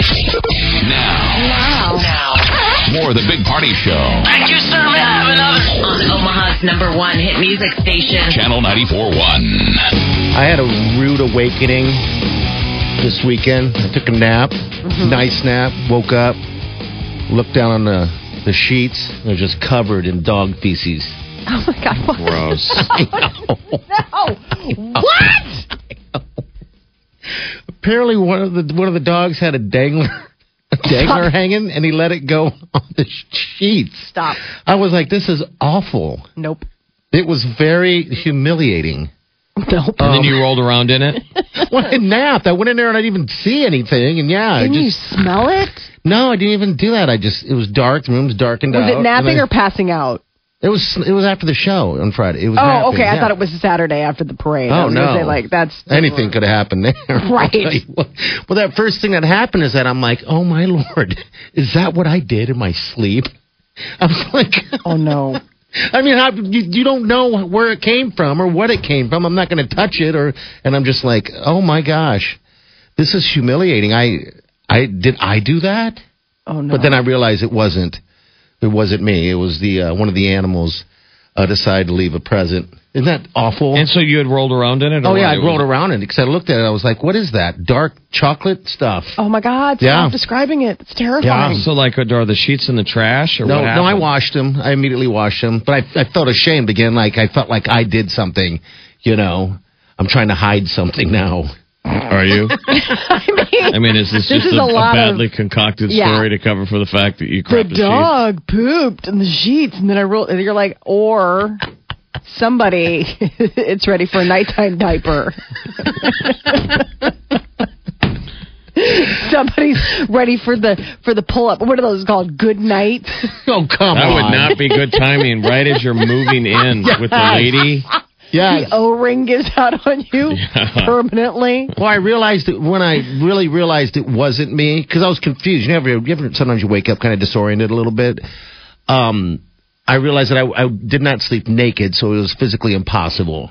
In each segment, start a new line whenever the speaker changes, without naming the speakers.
Now. Now.
More of the Big Party Show.
Thank you, sir. May I have another? On Omaha's number one hit music station.
Channel 94.1.
I had a rude awakening this weekend. I took a nap,
Mm-hmm.
nice nap. Woke up, looked down on the the sheets. They're just covered in dog feces.
Oh my God! What?
Gross.
No! What?
Apparently, one of the one of the dogs had a dangler. A dangler hanging, and he let it go on the sheets.
Stop.
I was like, "This is awful."
Nope.
It was very humiliating.
Nope.
And then you rolled around in it.
Well, I napped. I went in there and I didn't even see anything. And yeah,
Can
I
you
just
smell it?
no, I didn't even do that. I just it was dark. The room's darkened
Was
out.
it
and
napping
I-
or passing out?
It was it was after the show on Friday. It was.
Oh,
napping,
okay. I
yeah.
thought it was Saturday after the parade. I
Oh,
was gonna
no.
Say, like that's
Anything could have happened there.
Right.
well, that first thing that happened is that I'm like, oh my lord, is that what I did in my sleep? I was like,
Oh no.
I mean, how, you, you don't know where it came from or what it came from. I'm not going to touch it, or and I'm just like, oh my gosh, this is humiliating. I I did I do that?
Oh no.
But then I realized it wasn't. It wasn't me. It was the uh, one of the animals uh, decided to leave a present. Isn't that awful?
And so you had rolled around in it. or
oh yeah,
what?
I
It
rolled
was-
around it because I looked at it. I was like, "What is that? Dark chocolate stuff?"
oh my God! Stop
Yeah.
describing it. It's
Yeah.
terrifying.
So like, are the sheets in the trash or
No,
what
no, I
happened?
washed them. I immediately washed them, but I, I felt ashamed again. Like I felt like I did something. You know, I'm trying to hide something now.
Are you? I mean, is this,
This
just a,
is a
a
lot of-
badly concocted
Yeah.
story to cover for the fact that you
the
crapped a sheet?
dog pooped in the sheets, and then I rolled. And you're like, or somebody, it's ready for a nighttime diaper. Somebody's ready for the for the pull up. What are those called? Good night.
Oh come
That
on!
would not be good timing. Right as you're moving in with the lady.
Yes.
O ring gives out on you permanently.
Well, I realized it when I really realized it wasn't me because I was confused. You know, every, you ever, sometimes you wake up kind of disoriented a little bit. Um, I realized that I, I did not sleep naked, so it was physically impossible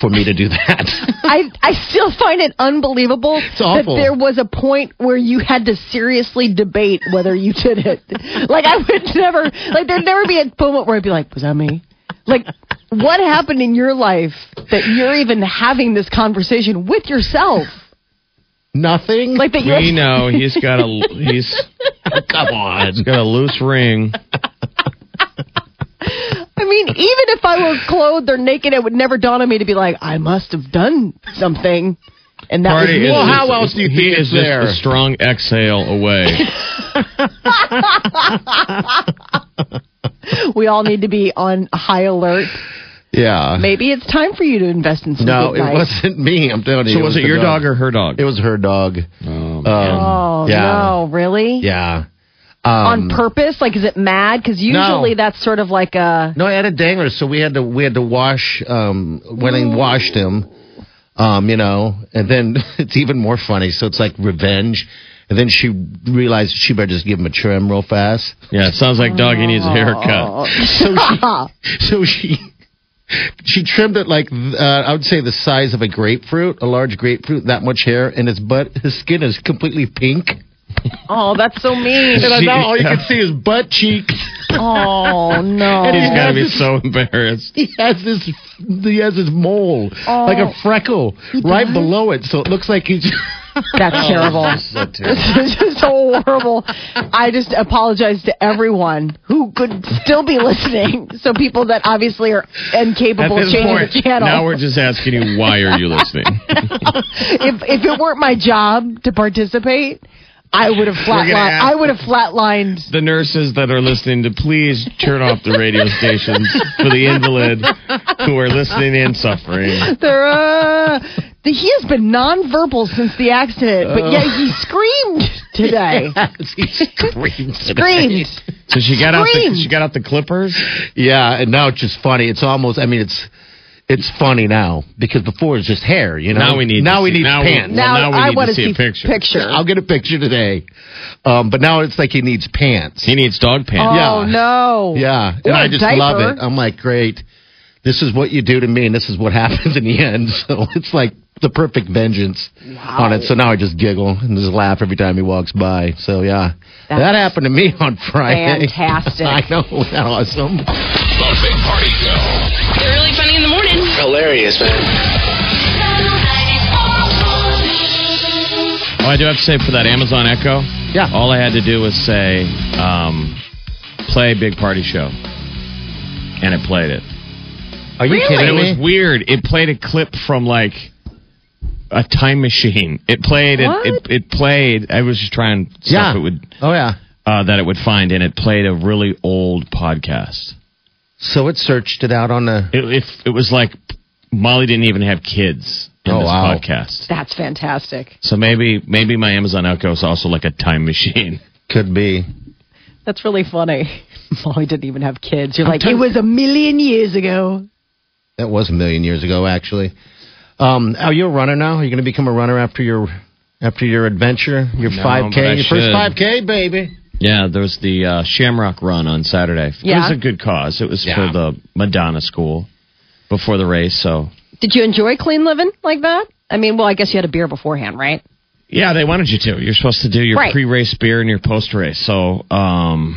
for me to do that.
I I still find it unbelievable that
awful.
there was a point where you had to seriously debate whether you did it. like I would never like there'd never be a moment where I'd be like, was that me? Like what happened in your life that you're even having this conversation with yourself?
Nothing.
Like that
We
you
know he's got a he's
come on.
got a loose ring.
I mean, even if I was clothed or naked, it would never dawn on me to be like, I must have done something. And that
Party
was
is
me.
Well,
just-
how else do you
he
think
is
it's
just
there?
a strong exhale away?
we all need to be on high alert.
Yeah.
Maybe it's time for you to invest in some
No,
good
it
night.
wasn't me. I'm telling you.
So was it
the
your dog or her dog?
It was her dog.
Oh,
Oh
yeah.
no, really?
Yeah.
On purpose? Like, is it mad? Because usually that's sort of like a
No, I had a dangler, so we had to we had to wash um when I washed him. Um, you know, and then it's even more funny. So it's like revenge. And then she realized she better just give him a trim real fast.
yeah, it sounds like doggy needs a haircut.
So she, so she she trimmed it like uh, I would say the size of a grapefruit, a large grapefruit, that much hair, and his butt, his skin is completely pink.
oh, that's so mean.
And now all you can see is butt cheeks.
oh
He's
no.
got to be so embarrassed.
he has this he has this mole like a freckle right below it so it looks like he's
That's terrible. This is just so horrible. I just apologize to everyone who could still be listening. So people that obviously are
At
incapable of
this
changing
point,
the channel.
now we're just asking you why are you listening?
if if it weren't my job to participate, I would have
gonna
flatlined.
have-
I would have flatlined.
the nurses that are listening to please turn off the radio stations for the invalid who are listening and suffering.
There, uh, the, he has been nonverbal since the
Uh.
accident, but yet he screamed today.
he screams
Screamed.
So she got out.
Scream.
The, she got out the clippers.
Yeah, and now it's just funny. It's almost. I mean, it's it's funny now because before it's just hair. You know.
Now we need.
Now
to
we
see-
need
now
pants.
well, now we
I
need
want
to see, a picture.
I'll get a picture today. Um, but now it's like he needs pants.
He needs dog
Oh
pants.
Yeah.
no!
yeah,
Or
and I
a
just love
diaper.
it. Um, I'm like, great. This is what you do to me, and this is what happens in the end. So it's like the perfect vengeance on it. So now I just giggle and just laugh every time he walks by. So yeah, that happened to me on Friday.
Fantastic.
I know, isn't that awesome.
The Big Party Show.
They're really funny in the morning.
Hilarious, man.
Oh, I do have to say for that Amazon Echo.
Yeah.
All I had to do was say, um, play Big Party Show, and it played it.
Are you
But it
kidding me?
was weird. It played a clip from like a time machine. It played. It, it
What?
it played. I was just trying stuff
yeah.
it would
oh yeah.
uh, that it would find, and it played a really old podcast.
So it searched it out on the.
It, if it was like Molly didn't even have kids in
Oh,
this
wow.
podcast,
That's fantastic.
so maybe maybe my Amazon Echo is also like a time machine.
Could be.
That's really funny. Molly didn't even have kids. You're like, it was a million years ago.
That was a million years ago, actually. Um, are you a runner now? Are you going to become a runner after your after your adventure, your
No,
five
but I
k, your first
should.
five k, baby?
Yeah, there was the uh, Shamrock Run on Saturday.
Yeah.
It was a good cause. It was
Yeah.
for the Madonna School before the race, so
Did you enjoy clean living like that? I mean, well, I guess you had a beer beforehand, right?
Yeah, they wanted you to. You're supposed to do your
Right.
pre-race beer and your post-race. So, um,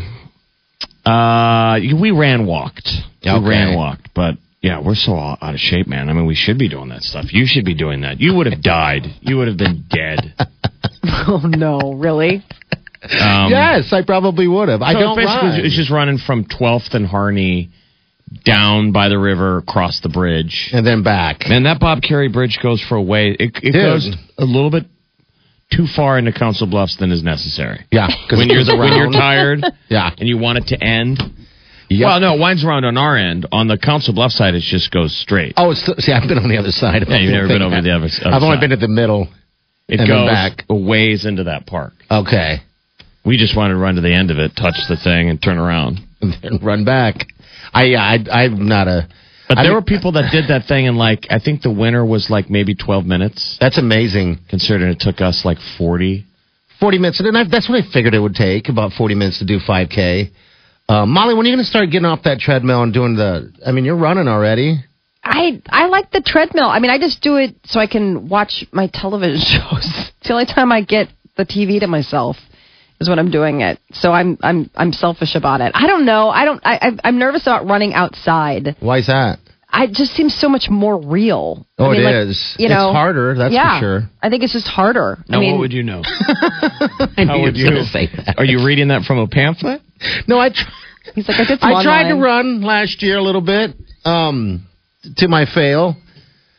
uh, we ran walked.
Okay.
We ran walked, but yeah, we're so out out of shape, man. I mean, we should be doing that stuff. You should be doing that. You would have died. You would have been dead.
Oh no, really?
Um,
yes, I probably would have. I
so
don't
basically,
run.
it's just running from 12th and Harney down by the river, across the bridge.
and then back.
Man, that Bob Carey Bridge goes for a way. It, it goes a little bit too far into Council Bluffs than is necessary.
Yeah, 'cause
when
it
you're
goes
when you're
around.
tired
Yeah.
and you want it to end.
Yep.
Well, no, it winds around on our end. On the Council Bluff side, it just goes straight.
Oh, it's see, I've been on the other side. Of
Yeah,
the
you've
whole
never
thing.
been over the other- other
I've only
side.
been at the middle.
it
and then
goes
back.
a ways into that park.
Okay,
We just wanted to run to the end of it, touch the thing, and turn around.
and then run back. I yeah, I I'm not a.
But
I
there
mean-
were people that did that thing in like I think the winner was like maybe 12 minutes,
That's amazing.
considering it took us like 40.
40 minutes. And then I, that's what I figured it would take about 40 minutes to do 5K. Uh, Molly, when are you going to start getting off that treadmill and doing the? I mean, you're running already.
I I like the treadmill. I mean, I just do it so I can watch my television shows. It's the only time I get the TV to myself is when I'm doing it. So I'm I'm I'm selfish about it. I don't know. I don't. I I- I'm nervous about running outside.
Why is that?
I it just seems so much more real.
Oh,
I mean,
it
like,
is.
You know,
it's harder. That's
yeah,
for sure.
I think it's just harder. I mean,
you know?
I knew
How would
you were
you
gonna say that.
Are you reading that from a pamphlet?
No, I. Tr-
He's like, I did some
I tried to
online.
run last year a little bit. Um, to my fail.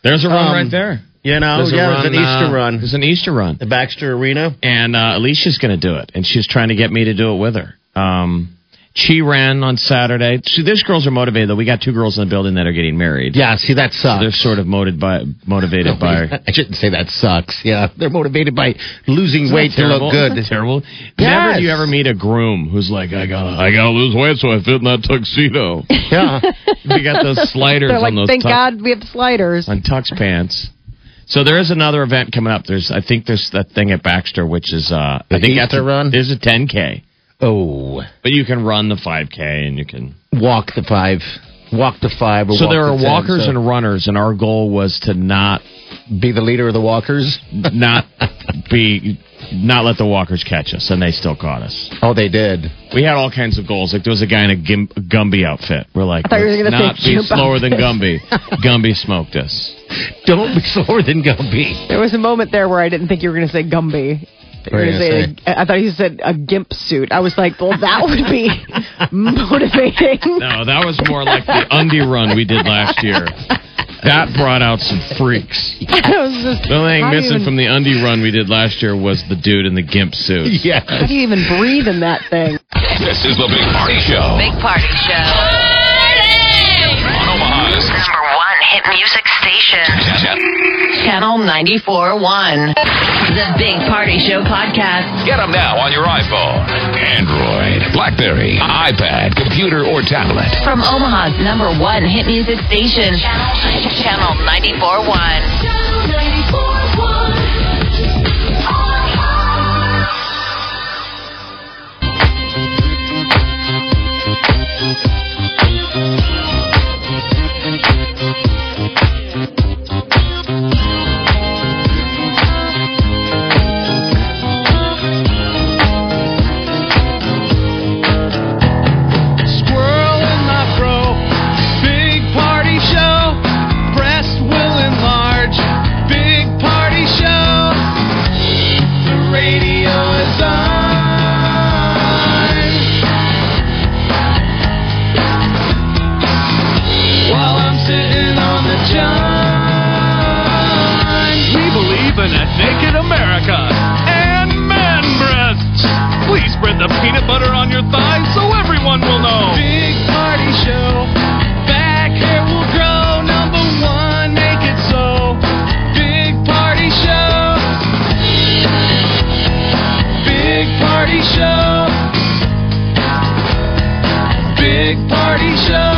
There's a run
Um,
right there.
You know,
There's a
yeah, it was
run,
an Easter
uh,
run.
There's an Easter run.
The Baxter Arena.
And uh, Alicia's going to do it, and she's trying to get me to do it with her. Um, she ran on Saturday. See, those girls are motivated, though. We got two girls in the building that are getting married.
Yeah, see that
They're
sucks.
sort of motivated by, motivated by
I shouldn't say that sucks. Yeah, they're motivated by losing
Isn't that
weight to
terrible?
look
Isn't that
good.
terrible. Never
Yes.
do you ever meet a groom who's like, I gotta, I gotta lose weight so I fit in that tuxedo.
Yeah.
we got those sliders
They're like,
on those.
thank
tux-
God we have sliders.
on tux pants. So there is another event coming up. There's, I think there's that thing at Baxter, which is, uh, I think that's
Easter
a-
run?
There's a 10k,
oh.
but you can run the 5k and you can.
walk the five, walk the five. Or
So
walk
there
the
are
10,
walkers
so
and runners, and our goal was to not,
be the leader of the walkers.
not be, not let the walkers catch us, and they still caught us.
Oh, they did.
We had all kinds of goals. Like there was a guy in a Gim- Gumby outfit. We're like,
thought you were
"Let's
gonna say
not be
Jim
slower than Gumby.
outfit.
Gumby smoked us.
Don't be slower than Gumby.
There was a moment there where I didn't think you were going to say Gumby. You
What
were
are you
gonna
gonna
say, I thought you said a gimp suit. I was like, well, that would be motivating.
No, that was more like the undie run we did last year. That brought out some freaks.
I was just,
The only thing
how do you
missing
even-
from the undie run we did last year was the dude in the gimp suit.
How
Yes.
do you even breathe in that thing?
This is the Big Party Show.
Big Party Show.
On Omaha's
Number one hit music station.
Tap,
Channel 94.1. The Big Party Show podcast.
Get them now on your iPhone, Android, Blackberry, iPad, computer, or tablet.
From Omaha's number one hit music station. Channel 94.1.
Squirrel in my fro. Big party show. Breast will enlarge. Big party show. The radio is on. While I'm sitting on the john. We believe in a naked America and man breasts. Please spread the peanut butter on your thighs so everyone will know. Big party show. Back hair will grow. Number one, make it so. Big party show. Big party show. Big party show.